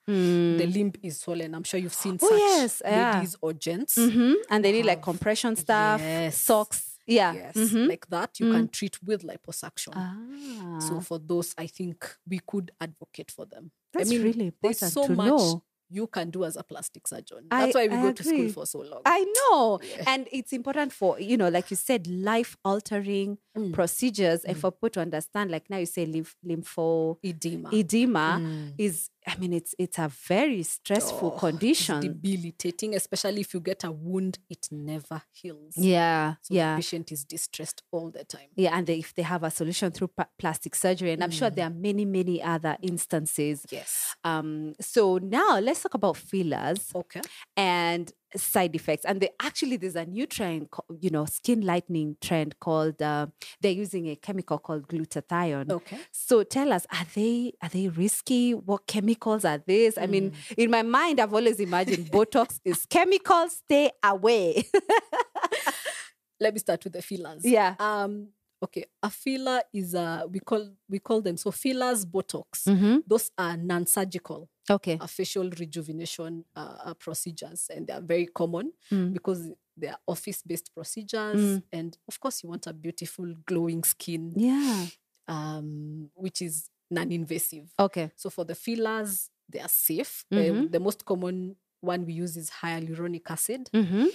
the limb is swollen i'm sure you've seen
Mm. Oh,
such
yes, yeah.
ladies or gents
hmm And they need like
have-
compression stuff,
Yes.
socks. Yeah.
yes
Mhm.
like that you
Mm.
can treat with liposuction
ah,
so for those i think we could advocate for them
that's
i mean
really
there's
important
so
to
much
know.
you can do as a plastic surgeon
I-
that's why we
I
go to
agree.
school for so long
I know.
Yeah.
<laughs> And it's important for, you know, like you said, life altering
Mm.
procedures and
Mm.
for people to understand, like now you say lymph, lympho
edema
edema
Mm.
is, I mean, it's it's a very stressful
Oh, it's
condition.
It's debilitating especially if you get a wound it never heals
yeah.
so the
yeah.
patient is distressed all the time
Yeah, and they, if they have a solution through pa- plastic surgery, and I'm
Mm.
sure there are many, many other instances.
yes
Um, so now let's talk about fillers.
okay
and side effects. And they actually there's a new trend, co- you know, skin lightening trend called uh, they're using a chemical called glutathione.
okay
So tell us, are they are they risky? What chemicals are these? I mean,
Mm.
in my mind, I've always imagined
<laughs>
Botox is chemicals. Stay away. <laughs>
let me start with the fillers
yeah.
um okay a filler is a we call we call them so fillers botox
Mm-hmm.
those are non-surgical
Okay.
uh, facial rejuvenation uh, uh, procedures, and they are very common
Mm.
because they are office-based procedures,
Mm.
and of course, you want a beautiful, glowing skin,
Yeah.
um, which is non-invasive.
Okay.
So for the fillers, they are safe. Uh,
Mhm.
the most common one we use is hyaluronic acid.
Mm-hmm.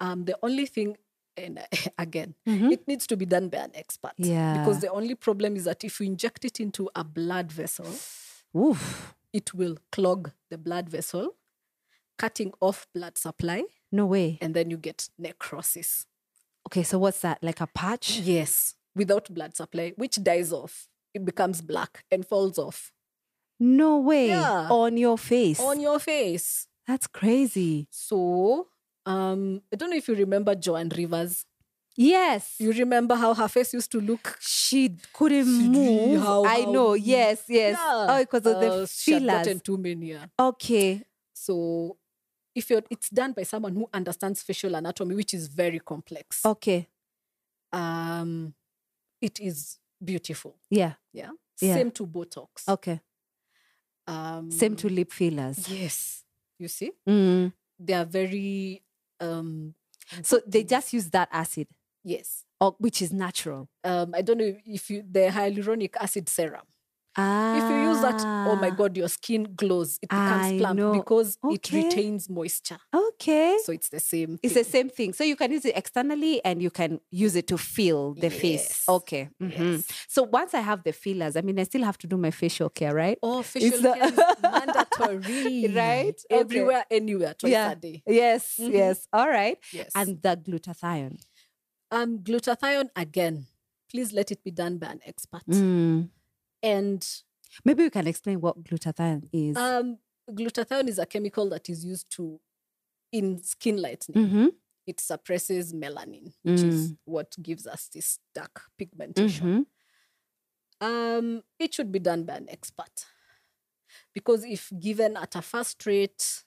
Um, the only thing, and <laughs> again,
Mm-hmm.
it needs to be done by an expert.
Yeah.
Because the only problem is that if you inject it into a blood vessel,
Oof.
it will clog the blood vessel, cutting off blood supply,
No way.
and then you get necrosis.
Okay. So what's that? Like a patch?
Yes. Without blood supply, which dies off. It becomes black and falls off
No way.
Yeah.
On your face.
on your face.
That's crazy.
So, um, I don't know if you remember Joan Rivers.
Yes.
You remember how her face used to look?
she couldn't
She-
move.
how-
I
how-
know. Yes, yes.
Yeah.
Oh, because of
Uh,
the
she had gotten
fillers.
too many. yeah.
Okay.
So, if you're, it's done by someone who understands facial anatomy, which is very complex,
Okay.
um, it is beautiful.
Yeah. Yeah.
Same to Botox.
Okay.
Um,
Same to lip fillers.
Yes. You see,
Mm.
they are very. Um,
So they just use that acid,
yes.
or, which is natural.
Um, I don't know if you the hyaluronic acid serum.
Ah.
If you use that, oh my god, your skin glows. It becomes
I
plump
know.
because
Okay.
it retains moisture.
Ah, Okay.
So it's the same.
It's
thing.
the same thing. So you can use it externally and you can use it to fill the face.
Yes.
Okay. Mhm.
Yes.
So once I have the fillers, I mean, I still have to do my facial care, right?
Oh, facial
the-
care is <laughs> mandatory,
Right? Okay.
Everywhere, anywhere, twice
Yeah.
a day.
Yes.
Mhm.
Yes. Mm-hmm. All right.
Yes. And
And the glutathione.
um, glutathione again. Please let it be done by an expert.
Mm.
And
Maybe we can explain what glutathione is.
Uh, Um, glutathione is a chemical that is used to in skin lightening.
mm-hmm.
it suppresses melanin, which is what gives us this dark pigmentation.
Mhm.
Um, it should be done by an expert. Because if given at a fast rate,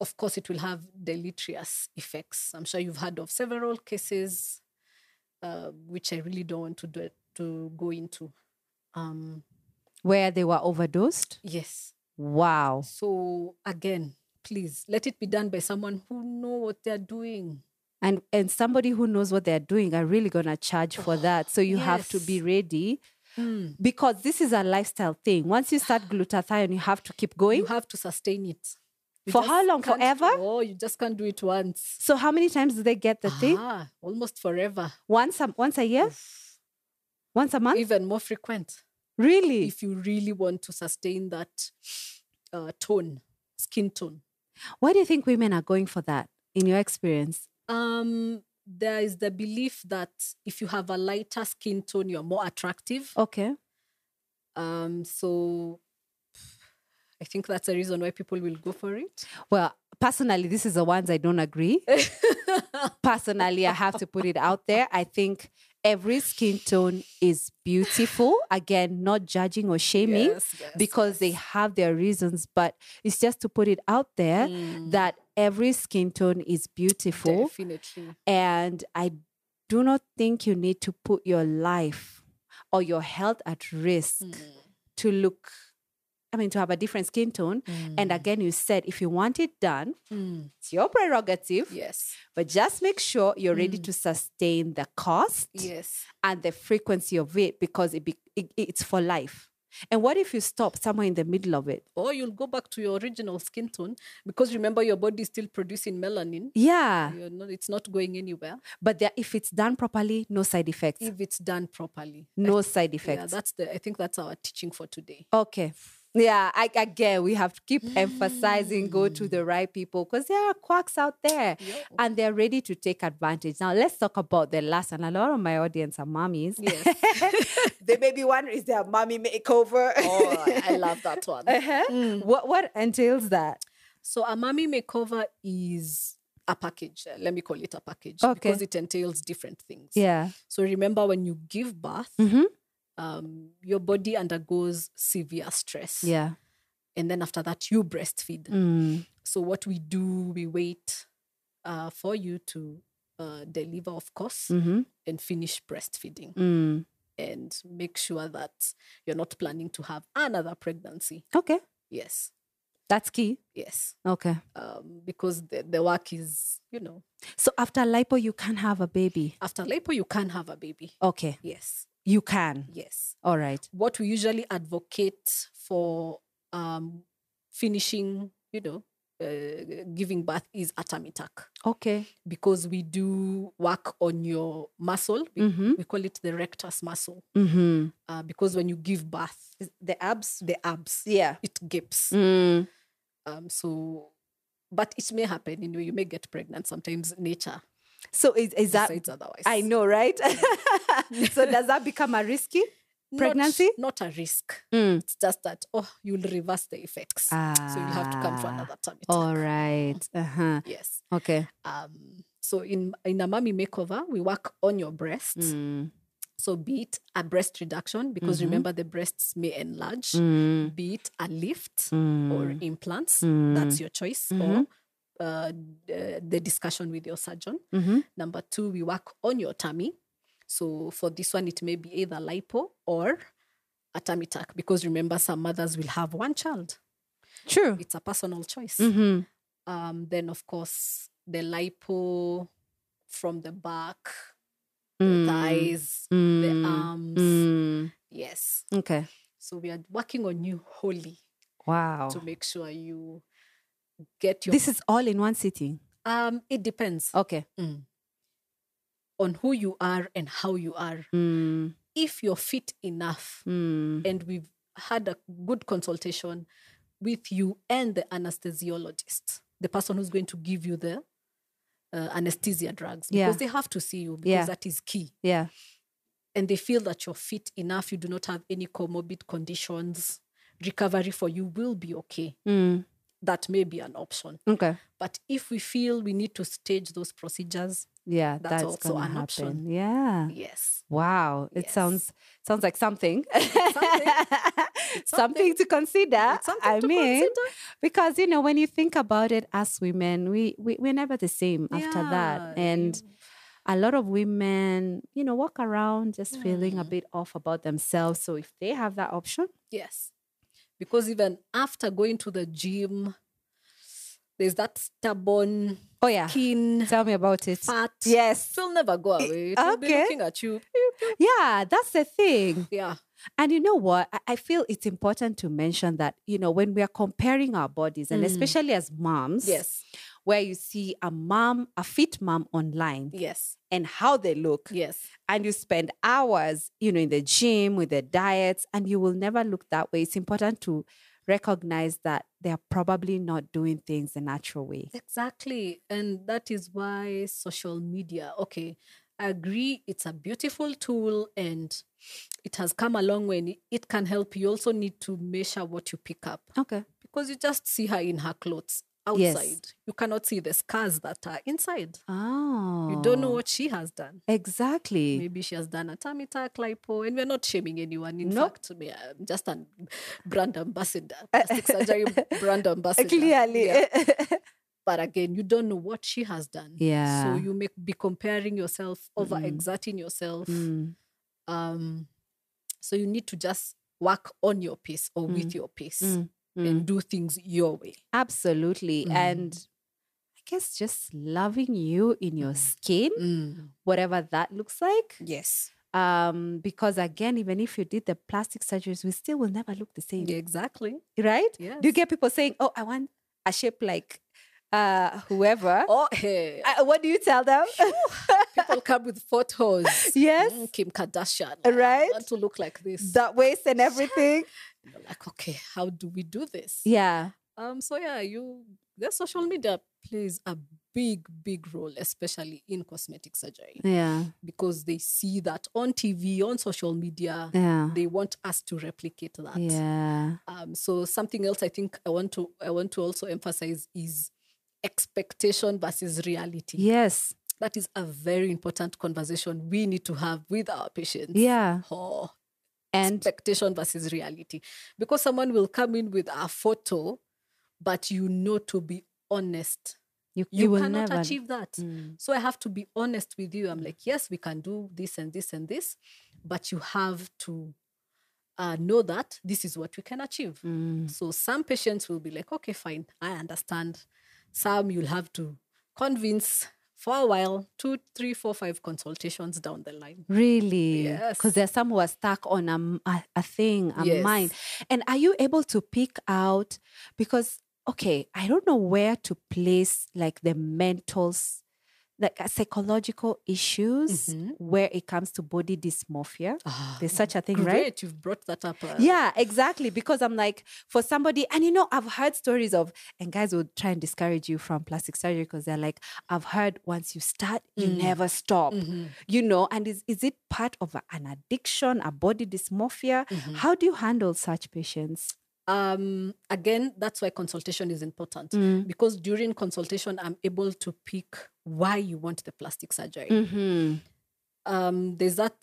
of course, it will have deleterious effects. I'm sure you've heard of several cases, uh, which I really don't want to do to go into. Um,
Where they were overdosed.
yes.
Wow.
So again, please let it be done by someone who know what they're doing.
and and somebody who knows what they're doing are really going to charge for that so you have to be
Oh, yes.
ready
Mm.
because this is a lifestyle thing once you start glutathione you have to keep
You
going
have to sustain it. You
For
just
how long?
can't-
Forever?
Oh, you just can't do it once.
so how many times do they get the thing
Ah, almost forever.
once a, once a year
Oof.
once a month
Even more frequent.
really
If you really want to sustain that uh, tone, skin tone.
why do you think women are going for that in your experience
Um, there is the belief that if you have a lighter skin tone, you're more attractive.
okay
Um, so I think that's the reason why people will go for it.
well personally this is the ones i don't
<laughs>
agree personally i have to put it out there i think every skin tone is beautiful again not judging or shaming
Yes, yes,
because they
yes.
have their reasons, but it's just to put it out there
Mm,
that every skin tone is beautiful.
Hmm, definitely.
And I do not think you need to put your life or your health at risk
Mm. Hmm,
to look, I mean, to have a different skin tone. And again, you said if you want it done,
Mm,
it's your prerogative,
yes,
but just make sure you're ready
Mm.
to sustain the cost
yes,
and the frequency of it because it, be, it it's for life. And what if you stop somewhere in the middle of it?
or you'll go back to your original skin tone because remember your body is still producing melanin.
Yeah,
You're not, it's not going anywhere
but there, if it's done properly, no side effects.
if it's done properly. I
no side
th- yeah,
effects.
that's the. I think that's our teaching for today.
okay. Yeah, I, again, we have to keep emphasizing go to the right people because there are quacks out there
Yo.
and they're ready to take advantage. Now, let's talk about the last, and a lot of my audience are mummies.
Yes.
they may be wondering is there a mummy makeover?
oh, I love <laughs> that one.
<laughs> Uh-huh. What, what entails that?
So a mommy makeover is a package. uh, Let me call it a package
Okay.
because it entails different things.
Yeah.
So remember, when you give birth,
Mm-hmm.
um, your body undergoes severe stress.
Yeah.
And then after that, you breastfeed.
Mm.
So what we do, we wait uh, for you to uh, deliver, of course,
Mm-hmm.
and finish breastfeeding
Mm.
and make sure that you're not planning to have another pregnancy.
Okay.
Yes,
That's key.
yes.
Okay.
Um, because the, the work is, you know,
So after lipo, you can have a baby.
after labor, you can have a baby.
Okay.
Yes,
You can.
yes.
All right.
What we usually advocate for um, finishing, you know, uh, giving birth is atamitac
Okay.
because we do work on your muscle. We,
Mm-hmm.
we call it the rectus muscle
Mm-hmm.
uh, because when you give birth,
The abs.
the abs
Yeah.
it gapes.
Mm.
Um, so, but it may happen. You know, you may get pregnant. Sometimes nature
So is, is that?
decides otherwise.
I know, right? <laughs> so does that become a risky?
Not-
pregnancy?
not, a risk.
Mm.
It's just that oh, you'll reverse the effects. so you'll have to come for
Ah,
another time.
All right. Uh-huh.
Yes.
Okay.
Um, so in in a mommy makeover, we work on your breasts.
Mm.
So be it a breast reduction, because
Mhm.
remember the breasts may enlarge,
Mm.
be it a lift or
Mm.
implants,
Mm.
that's your choice,
Mhm.
or uh, d- uh, the discussion with your surgeon.
Mhm.
Number two, we work on your tummy. So for this one, it may be either lipo or a tummy tuck, because remember, some mothers will have one child.
True.
It's a personal choice.
Mm-hmm.
Um, then, of course, the lipo from the back,
Mm.
thighs,
Mm.
the arms.
Mm.
Yes.
Okay.
So we are working on you wholly
Wow.
to make sure you get your.
This Oh. is all in one sitting.
um, it depends
Okay.
Mm. on who you are and how you are.
Mm.
If you're fit enough,
Mm.
and we've had a good consultation with you and the anesthesiologist, the person who's going to give you the uh, anesthesia drugs,
Yeah.
because they have to see you because
Yeah.
that is key.
Yeah.
and they feel that you're fit enough, you do not have any comorbid conditions, recovery for you will be okay.
Mm.
that may be an option.
Okay.
But if we feel we need to stage those procedures,
Yeah,
That's
that's,
also
gonna
an
happen.
option.
Yeah.
yes.
<laughs> Wow. It
Yes.
sounds sounds like something. <laughs>
something.
something. to consider.
It's something
I
to
mean,
consider.
because you know when you think about it, as women, we, we we're never the same after that,
Yeah,
and
you-
a lot of women, you know, walk around just feeling a
Mm.
bit off about themselves. So if they have that option,
yes. Because even after going to the gym, there's that stubborn,
oh yeah,
keen,
tell me about it.
fat.
Yes.
Still never go away. It will be
okay.
looking at you.
Yeah, that's the thing.
<laughs> Yeah.
And you know what? I, I feel it's important to mention that, you know, when we are comparing our bodies, and
Mm.
especially as moms,
Yes.
where you see a mom, a fit mom online
Yes.
and how they look,
Yes.
and you spend hours, you know, in the gym with their diets, and you will never look that way. It's important to recognize that they are probably not doing things the natural way.
Exactly. And that is why social media, okay, I agree, it's a beautiful tool and it has come a long way. and It can help. You also need to measure what you pick up
Okay.
because you just see her in her clothes
Yes.
outside. You cannot see the scars that are inside.
Oh. Eh.
You don't know what she has done.
Exactly.
Maybe she has done a tummy tuck, lipo, and we're not shaming anyone. In
Nope.
fact, me, I'm just a brand ambassador,
<laughs>
plastic surgery brand ambassador.
Clearly.
Yeah but again you don't know what she has done
<laughs> Yeah.
so you may be comparing yourself over
Mm.
exerting yourself
Mm,
um so you need to just work on your pace or
Mm.
with your pace
mm, mm.
and do things your way
Absolutely.
Mm.
And I guess just loving you in your
Mm.
skin, whatever that looks like.
yes
Um, because again, even if you did the plastic surgeries, we still will never look the same.
Yeah, exactly
Right?
yes
Do you get people saying, Oh, I want a shape like uh whoever?
<laughs> oh hey
I- what do you tell them?
people come with photos
<laughs> Yes.
Mm, kim kardashian
Right?
I want to look like this
<laughs> that waist and everything.
You're like okay how do we do this
Yeah.
Um, so yeah, you the social media plays a big, big role, especially in cosmetic surgery,
Yeah.
because they see that on TV, on social media,
Yeah.
they want us to replicate that.
Yeah.
Um, so something else I think I want to I want to also emphasize is expectation versus reality.
Yes.
That is a very important conversation we need to have with our patients.
Yeah.
Oh,
And
expectation versus reality because someone will come in with a photo but you know to be honest
you,
you,
you will
cannot
never
achieve that
Mm.
so i have to be honest with you i'm like yes we can do this and this and this but you have to uh, know that this is what we can achieve
Mm.
so some patients will be like okay fine i understand some you'll have to convince for a while two three four five consultations down the line
Really?
Yes.
Because there's some who are stuck on a, m- a- a thing, a
Yes.
mind. And are you able to pick out? Because, okay, I don't know where to place like the mental, s- like uh, psychological issues
Mhm.
where it comes to body dysmorphia. There's such a thing,
Ah, great
right?
you've brought that up uh,
Yeah, exactly. Because I'm like, for somebody, and you know, I've heard stories of, and guys will try and discourage you from plastic surgery because they're like, I've heard once you start, you
Mm.
never stop
Mhm.
you know and is, is it part of a- an addiction a body dysmorphia
Mhm.
how do you handle such patients
um again that's why consultation is important
Mm. Mm-hmm.
because during consultation i'm able to pick why you want the plastic surgery
Mhm.
um there's that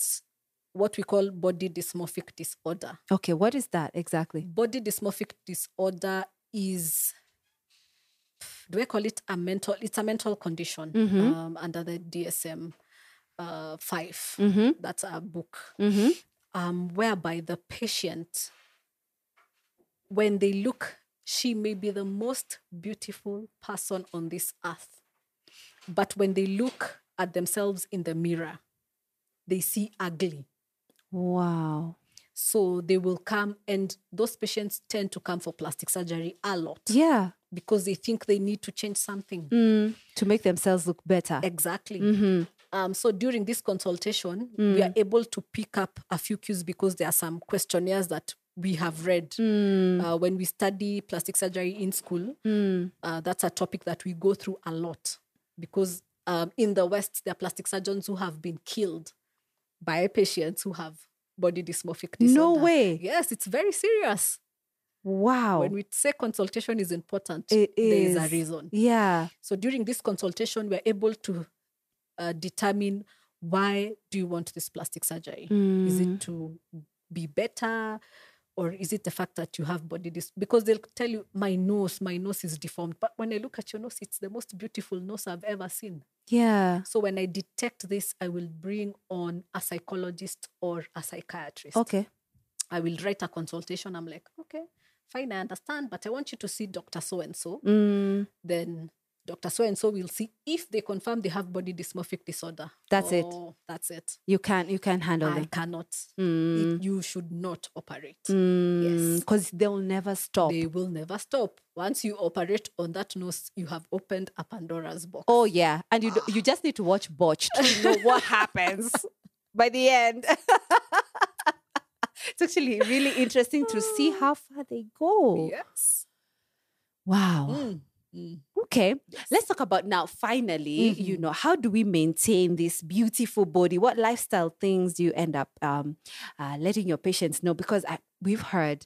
what we call body dysmorphic disorder
okay what is that exactly
body dysmorphic disorder is do i call it a mental it's a mental condition
Mhm.
um, under the dsm uh, 5
mm-hmm.
that's a book
Mm-hmm.
um, whereby the patient, when they look, she may be the most beautiful person on this earth. But when they look at themselves in the mirror, they see ugly.
wow
So they will come, and those patients tend to come for plastic surgery a lot
yeah
because they think they need to change something.
Mm. Eh. to make themselves look better
Exactly.
mm-hmm.
Um, so during this consultation, we are able to pick up a few cues because there are some questionnaires that we have read
Mm.
uh, when we study plastic surgery in school,
Mm.
uh, that's a topic that we go through a lot because um, in the West, there are plastic surgeons who have been killed by patients who have body dysmorphic disorder.
no way
Yes, it's very serious.
Wow.
When we say consultation is important,
It
there
is.
is a reason.
yeah.
So during this consultation, we're able to uh, determine why do you want this plastic surgery? Is
Mm.
it to be better? Or is it the fact that you have body dis? Because they'll tell you, my nose, my nose is deformed. But when I look at your nose, it's the most beautiful nose I've ever seen.
Yeah.
So when I detect this, I will bring on a psychologist or a psychiatrist.
Okay.
I will write a consultation. I'm like, okay, fine, I understand, but I want you to see Dr. So and so.
Mm.
Then Dr. So and so will see if they confirm they have body dysmorphic disorder.
That's it.
it. That's it.
You can't you can't handle
I
them.
cannot. It-
Mm.
you should not operate. Yes.
Because they'll never stop.
They will never stop. Once you operate on that nose, you have opened a Pandora's box.
Oh yeah, and you do, you just need to watch <laughs> botched to know what happens <laughs> by the end. <laughs> it's actually really interesting to see how far they go.
Yes.
Wow.
Mm, mm.
Okay.
Yes.
Let's talk about now finally, you
Mhm.
know, how do we maintain this beautiful body? What lifestyle things do you end up um, uh, letting your patients know? Because I, we've heard,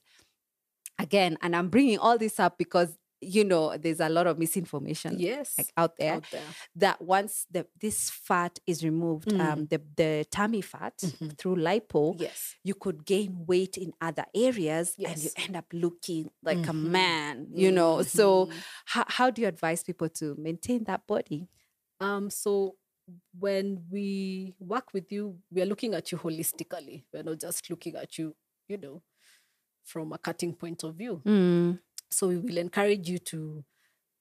again, and I'm bringing all this up because, you know, there's a lot of misinformation
Yes.
like out there
Out there.
that once the, this fat is removed,
Mm.
um, the, the tummy fat
Mhm.
through lipo,
Yes.
you could gain weight in other areas and you
Yes.
end up looking like a
Mhm.
man, you know. So,
Mhm.
how, how do you advise people to maintain that body?
Um, so when we work with you, we are looking at you holistically. We're not just looking at you, you know, from a cutting point of view. Mm. So we will encourage you to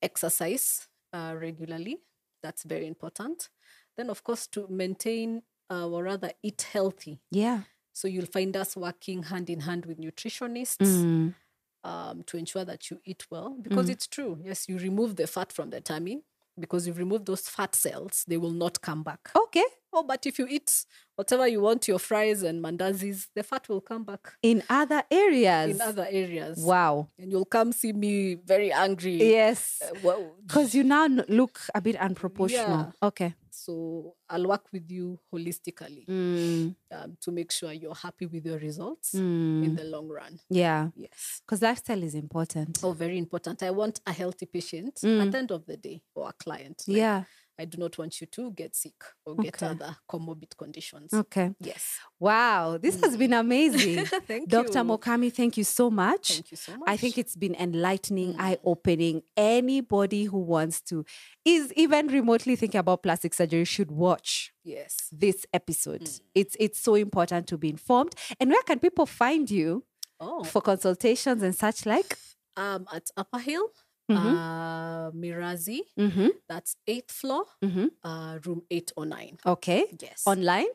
exercise uh, regularly. That's very important. Then, of course, to maintain uh, or rather eat healthy.
Yeah.
So you'll find us working hand in hand with nutritionists um, to ensure that you eat well because
Mm.
it's true. Yes, you remove the fat from the tummy because you remove those fat cells, they will not come back.
Okay.
Oh, but if you eat whatever you want, your fries and mandazis, the fat will come back
In other areas.
in other areas.
wow.
And you'll come see me very angry.
Yes.
Uh, well,
Because you now n- look a bit unproportional.
Yeah.
Okay.
so I'll work with you holistically
Mm.
um, to make sure you're happy with your results in
Mm.
the long run.
Yeah.
Yes.
Because lifestyle is important.
Oh, very important. I want a healthy patient
Mm.
at the end of the day or a client. Like,
yeah.
I do not want you to get sick or get
Okay. Oh.
other comorbid conditions.
Okay.
Yes.
Wow. This has
<laughs>
been amazing.
Thank
Dr.
you.
Mokami, thank you so much.
Thank you so much.
Mm.
Mm.
I think it's been enlightening, eye opening. Anybody who wants to, is even remotely thinking about plastic surgery, should watch
yes.
this episode.
Mm.
It's it's so important to be informed. And where can people find you
Oh,
for consultations and such like?
um, at Upper Hill,
Mhm,
uh, Mirazi.
mhm,
That's eighth floor,
mhm.
uh, room eight or nine.
Okay.
Yes.
Online?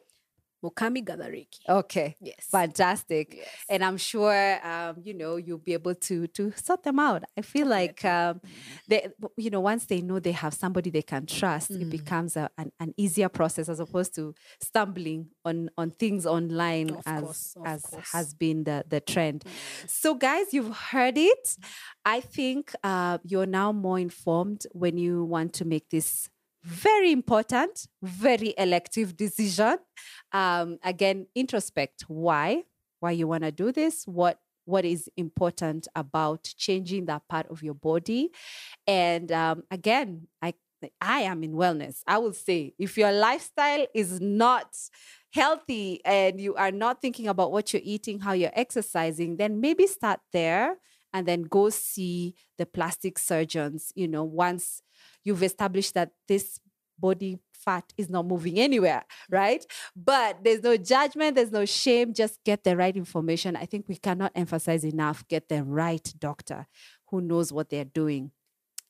Mokami Gadareki.
Okay.
Yes.
Fantastic.
Yes.
And I'm sure, um, you know, you'll be able to to sort them out. I feel like, um, they, you know, once they know they have somebody they can trust, it becomes a, an, an easier process as opposed to stumbling on on things online
Of
as
course, of
as
course. Mm.
has been the the trend. So, guys, you've heard it. I think uh, you're now more informed when you want to make this very important, very elective decision. Um, again, introspect. Why? Why you want to do this? What? What is important about changing that part of your body? And um, again, I I am in wellness. I will say if your lifestyle is not healthy and you are not thinking about what you're eating, how you're exercising, then maybe start there and then go see the plastic surgeons, you know, once you've established that this body fat is not moving anywhere, right? But there's no judgment, there's no shame, just get the right information. I think we cannot emphasize enough get the right doctor who knows what they're doing.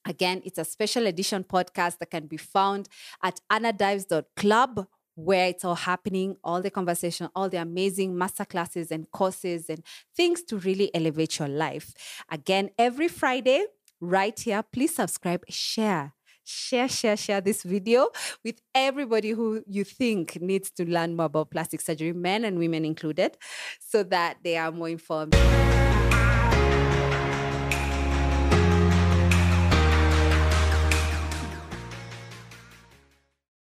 Again, it's a special edition podcast that can be found at anadives.club, where it's all happening, all the conversation, all the amazing masterclasses and courses and things to really elevate your life. Again, every Friday, right here, please subscribe, share. Share, share, share this video with everybody who you think needs to learn more about plastic surgery, men and women included, so that they are more informed.